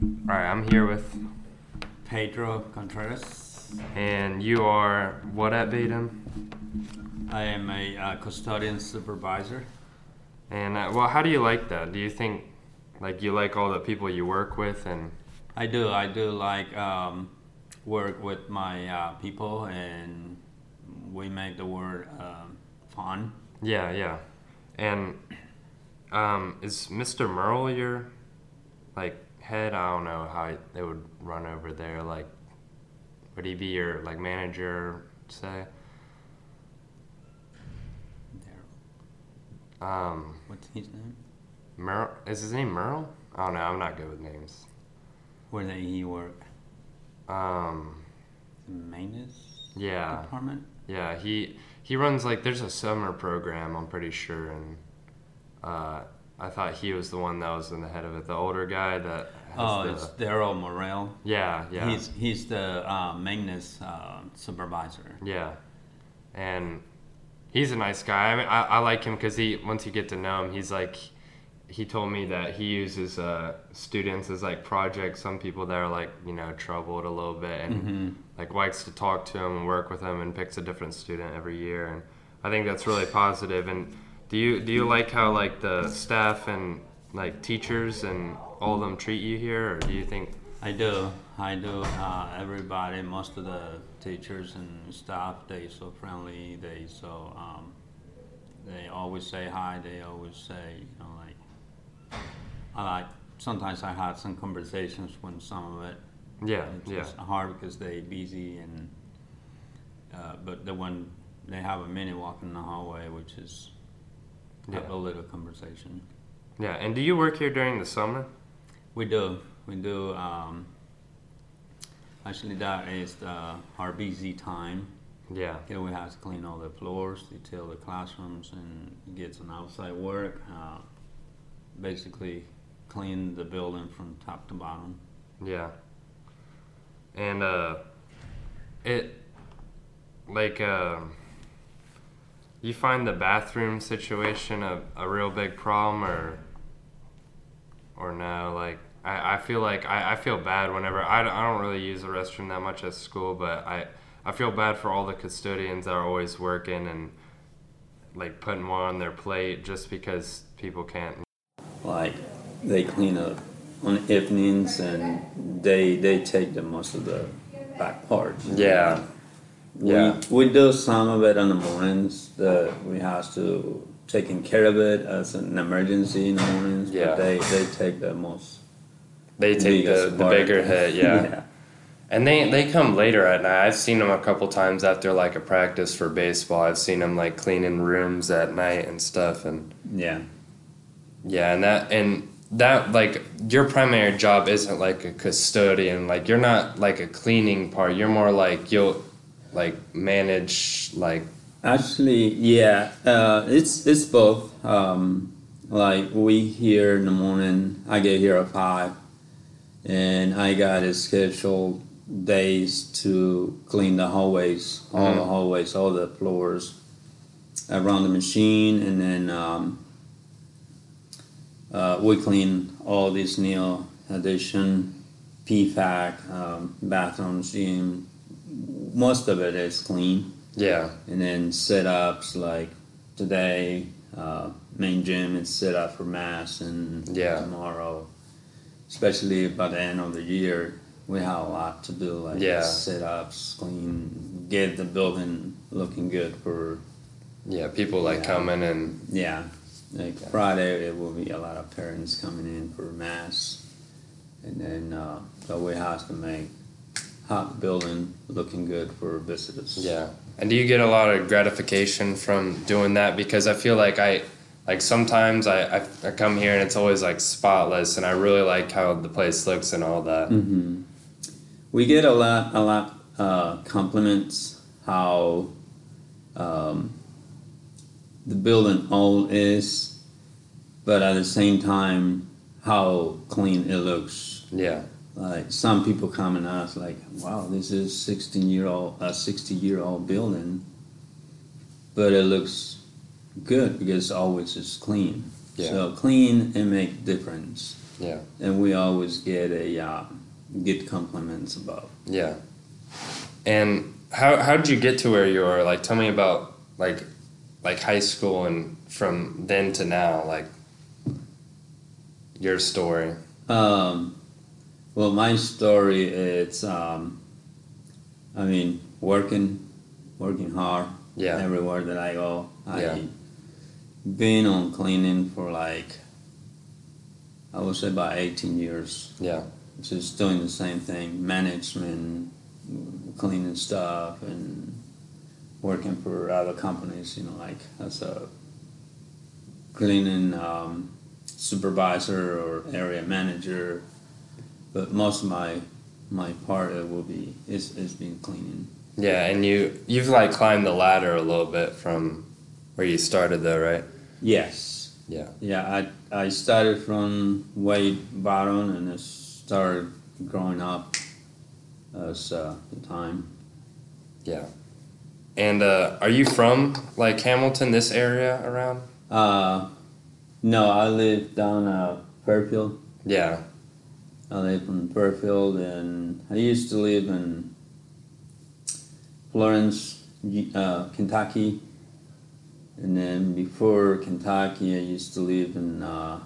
All right, I'm here with, Pedro Contreras. and you are what at Batum? I am a uh, custodian supervisor. And uh, well, how do you like that? Do you think, like, you like all the people you work with, and I do. I do like um, work with my uh, people, and we make the word um, fun. yeah, yeah, and um, is Mr. Merle your, like, head? I don't know how they would run over there. Like, would he be your like manager? Say, There. um, What's his name? Merle is his name Merle? I don't know. I'm not good with names. Where did he work? Um, The maintenance yeah. department. Yeah, he he runs like there's a summer program, I'm pretty sure, and uh, I thought he was the one that was in the head of it, the older guy that has Oh, the it's Daryl Morrell. yeah yeah He's he's the uh, maintenance uh, supervisor. yeah, and he's a nice guy. I mean, I, I like him because he once you get to know him, he's like he told me that he uses uh, students as like projects. Some people that are like you know troubled a little bit and. hmm like likes to talk to him and work with him and picks a different student every year and I think that's really positive and do you do you like how like the staff and like teachers and all of them treat you here or do you think I do. I do. Uh, everybody, most of the teachers and staff, they so friendly. They so um, they always say hi. They always say, you know, like I like. Sometimes I had some conversations when some of it. yeah It's yeah it's hard because they busy and. Uh, but the one they have a minute walk in the hallway, which is have Yeah. a little conversation. yeah and do you work here during the summer We do. We do. Um, actually, that is the, our busy time. yeah Here we have to clean all the floors, detail the classrooms, and get some outside work. Uh, basically, clean the building from top to bottom. yeah and uh it like um you find the bathroom situation a, a real big problem or or no like i, I feel like I, I feel bad whenever I, don't- I don't really use the restroom that much at school but i i feel bad for all the custodians that are always working and like putting more on their plate just because people can't Like, they clean up on evenings, and they they take the most of the back parts. Yeah. Yeah. We, we do some of it on the mornings that we have to taking care of it as an emergency in the mornings. Yeah. But they, they take the most they biggest part. And they, they come later at night. I've seen them a couple times after like a practice for baseball. I've seen them like cleaning rooms at night and stuff. And yeah. yeah, and that and that like your primary job isn't like a custodian. Like you're not like a cleaning part. You're more like you'll like manage like Actually, yeah, uh, it's it's both. Um, like we here in the morning, I get here at five, and I got it scheduled days to clean the hallways, all the hallways, all the floors around the machine, and then um, uh, we clean all these new addition, PFAC, um, bathrooms, gym. Most of it is clean yeah and then sit ups like today, uh, main gym is sit up for mass, and Yeah. tomorrow, especially by the end of the year, we have a lot to do like Yeah. sit ups, clean, get the building looking good for yeah people like Yeah. coming and yeah. Like Friday, it will be a lot of parents coming in for mass, and then uh, so we have to make hot building looking good for visitors. Yeah. And do you get a lot of gratification from doing that? Because I feel like I, like sometimes I, I, I come here and it's always like spotless and I really like how the place looks and all that. hmm We get a lot, a lot uh, compliments how um, the building all is, but at the same time, how clean it looks. Yeah. Like some people come and ask, like, "Wow, this is sixteen year old, a sixty year old building, but it looks good because always is clean." Yeah. So clean and make difference. Yeah. and we always get a uh, good compliments about. Yeah. And how how did you get to where you are? Like, tell me about like like high school and from then to now, like your story. Um, well, my story it's um, I mean working, working hard Yeah. everywhere that I go. I Yeah. been on cleaning for like I would say about eighteen years. Yeah. Just doing the same thing, management, cleaning stuff, and working for other companies. You know, like as a cleaning um, supervisor or area manager. But most of my my part it will be is is being cleaning. Yeah, and you you've like climbed the ladder a little bit from where you started though, right? Yes. Yeah. Yeah, I I started from way bottom and I started growing up as uh, the time. Yeah. And uh, are you from like Hamilton, this area around? Uh, no, I live down uh, Fairfield. Yeah. I live in Fairfield, and I used to live in Florence, uh, Kentucky. And then before Kentucky, I used to live in uh,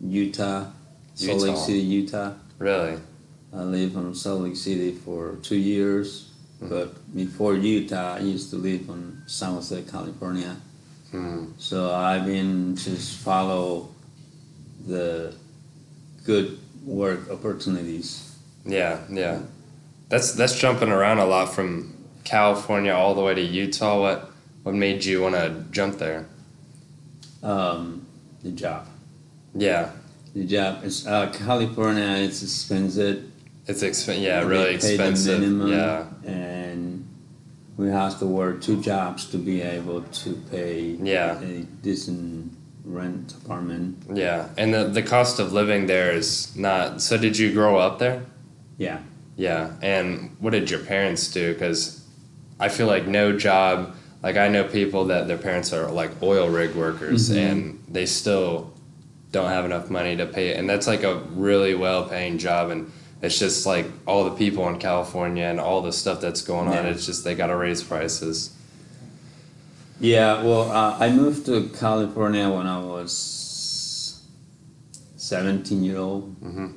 Utah, Salt Lake Utah. City, Utah. Really? I lived in Salt Lake City for two years, Hmm. but before Utah, I used to live in San Jose, California. Hmm. So I've been just follow the good work opportunities. Yeah, yeah. That's that's jumping around a lot from California all the way to Utah. What what made you want to jump there? Um, the job, Yeah, the job is uh, California. It's expensive. it's expen- Yeah, They really pay the expensive. minimum, Yeah, and we have to work two jobs to be able to pay Yeah. a decent rent apartment. yeah. And the the cost of living there is not. So did you grow up there? Yeah. Yeah. And what did your parents do? Because I feel like no job. Like I know people that their parents are like oil rig workers, and they still don't have enough money to pay. And that's like a really well paying job, and it's just like all the people in California and all the stuff that's going on. Yeah. It's just they gotta raise prices. Yeah, well, uh, I moved to California when I was 17 year old. Mhm.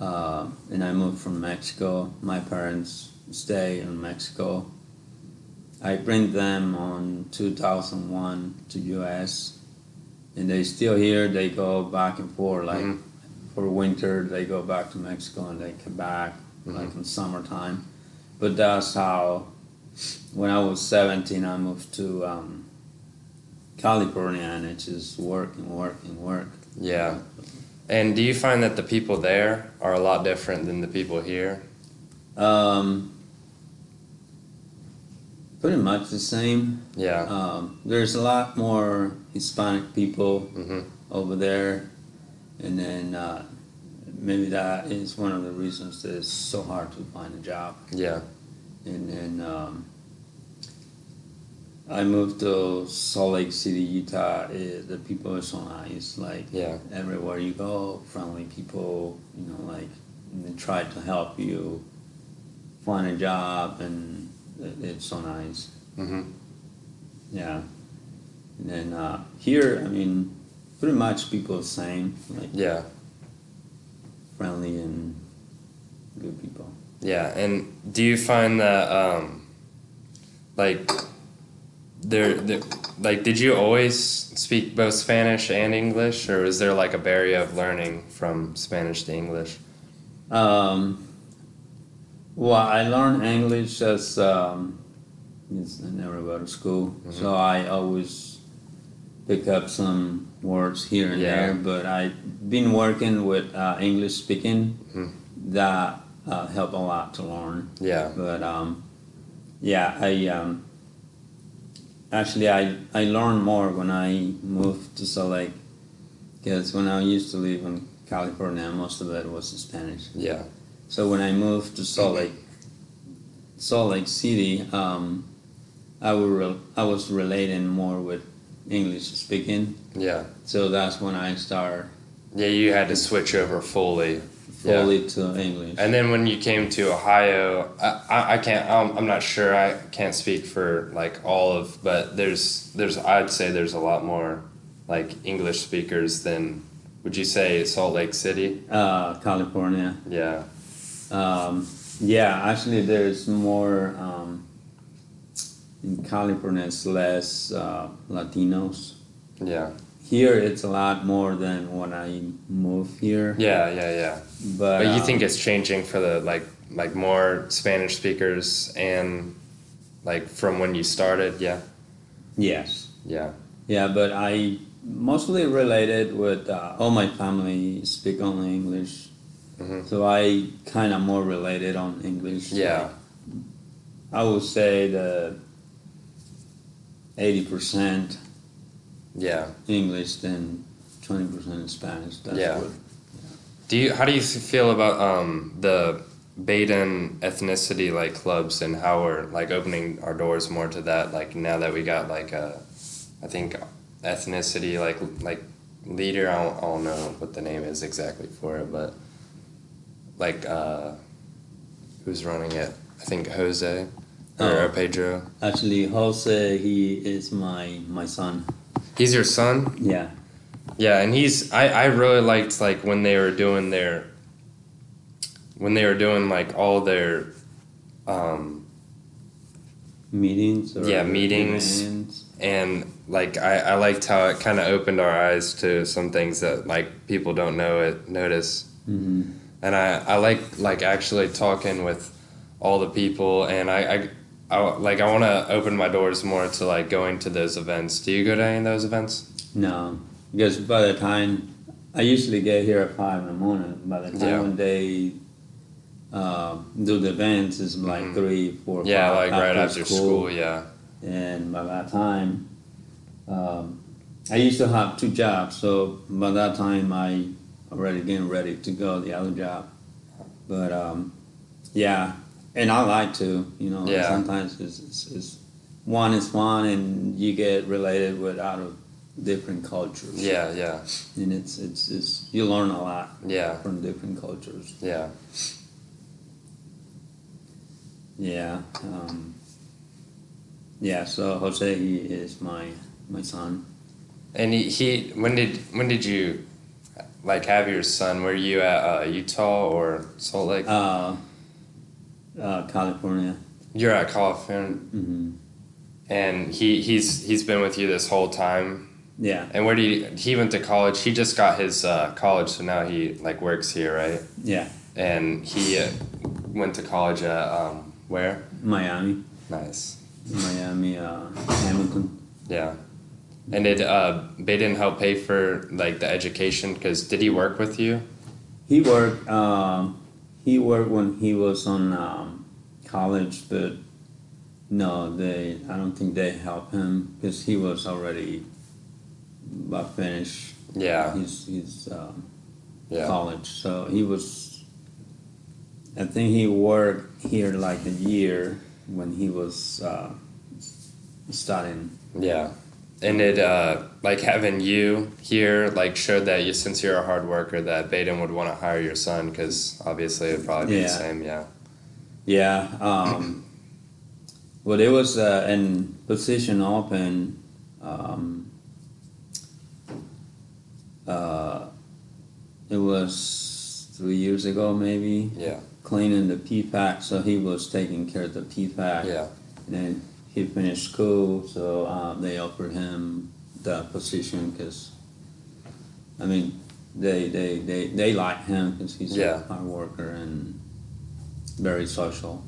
Uh, and I moved from Mexico. My parents stay in Mexico. I bring them on 2001 to US and they still here. They go back and forth like Mhm. for winter they go back to Mexico and they come back like in summertime. But that's how when I was 17, I moved to um, California and it's just work and work and work. Yeah. And do you find that the people there are a lot different than the people here? Um, pretty much the same. Yeah. Um, there's a lot more Hispanic people hmm over there, and then uh, maybe that is one of the reasons that it's so hard to find a job. Yeah. and then um, I moved to Salt Lake City, Utah. Uh, the people are so nice. Like Yeah. everywhere you go, friendly people. You know, like and they try to help you find a job, and it- it's so nice. hmm Yeah. And then uh, here, I mean, pretty much people the same, like Yeah. friendly and good people. Yeah, and do you find that um, like there, there, like did you always speak both Spanish and English, or is there like a barrier of learning from Spanish to English? Um, well, I learned English as um, it's, I never go to school, so I always pick up some words here and Yeah. there. But I've been working with uh, English speaking that uh, helped a lot to learn. Yeah, But um, yeah, I um, actually I I learned more when I moved to Salt Lake because when I used to live in California, most of it was in Spanish. yeah, So when I moved to Salt Mm-hmm. Lake, Salt Lake City, um, I, were re- I was relating more with English speaking. yeah, So that's when I started Yeah, you had to switch over fully. Yeah. fully to English. And then when you came to Ohio, I, I, I can't I'm, I'm not sure I can't speak for like all of but there's there's I'd say there's a lot more like English speakers than would you say Salt Lake City? Uh, California. Yeah. Um, yeah, actually, there's more um, in California. It's less uh, Latinos. Yeah. Here, it's a lot more than when I moved here. Yeah, yeah, yeah. But, But you um, think it's changing for the like like more Spanish speakers and like from when you started, yeah. Yes. Yeah. Yeah, but I mostly related with uh, all my family speak only English, Mhm. so I kind of more related on English. Yeah. I would say the eighty percent Yeah. English than twenty percent Spanish. That's Yeah. what- Do you how do you feel about um the Baden ethnicity like clubs and how we're like opening our doors more to that like now that we got like a I think ethnicity like like leader I don't, I don't know what the name is exactly for it but like uh who's running it I think Jose or Oh. Pedro Actually, Jose, he is my my son. he's your son Yeah. Yeah, and he's I, I really liked like when they were doing their when they were doing like all their um Meetings or Yeah, meetings. events. and like I, I liked how it kinda opened our eyes to some things that like people don't know it notice. Mhm. And I, I like like actually talking with all the people and I, I I like I wanna open my doors more to like going to those events. Do you go to any of those events? No, because by the time I usually get here at five in the morning. By the time Yeah. when they uh, do the events, it's like Mhm. three, four, Yeah, five like right after school, yeah. And by that time, um, I used to have two jobs. So by that time, I already getting ready to go the other job. But um, yeah, and I like to, you know. Yeah. Sometimes it's, it's, it's one is one, and you get related with out of different cultures Yeah, yeah, and it's it's, it's you learn a lot yeah, from different cultures. yeah. Yeah, um, yeah. So Jose, he is my my son. And he, he when did when did you like have your son? Were you at uh, Utah or Salt Lake? Uh, uh, California. You're at California, hmm and he he's he's been with you this whole time. Yeah, And where do you, he went to college? He just got his uh, college, so now he like works here, right? yeah. And he uh, went to college at um, where? Miami, Nice, Miami, uh, Hamilton. yeah. And did uh, Baden help pay for like the education? Because did he work with you? He worked. Um, he worked when he was on um, college, but no, they. I don't think they helped him because he was already about finished Yeah, his his um, yeah, college. So he was, I think he worked here like a year when he was uh, studying. Yeah. And it uh, like having you here like showed that you since you're a hard worker that Baden would want to hire your son because obviously it'd probably be the Yeah. same. Yeah. Yeah. Um, well, it was uh, an position open. Um, uh, it was three years ago, maybe Yeah. cleaning the PFAC. So he was taking care of the PFAC. Yeah. And he finished school, so uh, they offered him the position because, I mean, they they they they like him because he's Yeah. a hard worker and very social.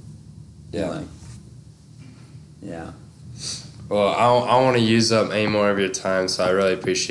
Yeah. Like, yeah. Well, I don't, I want to use up any more of your time, so I really appreciate.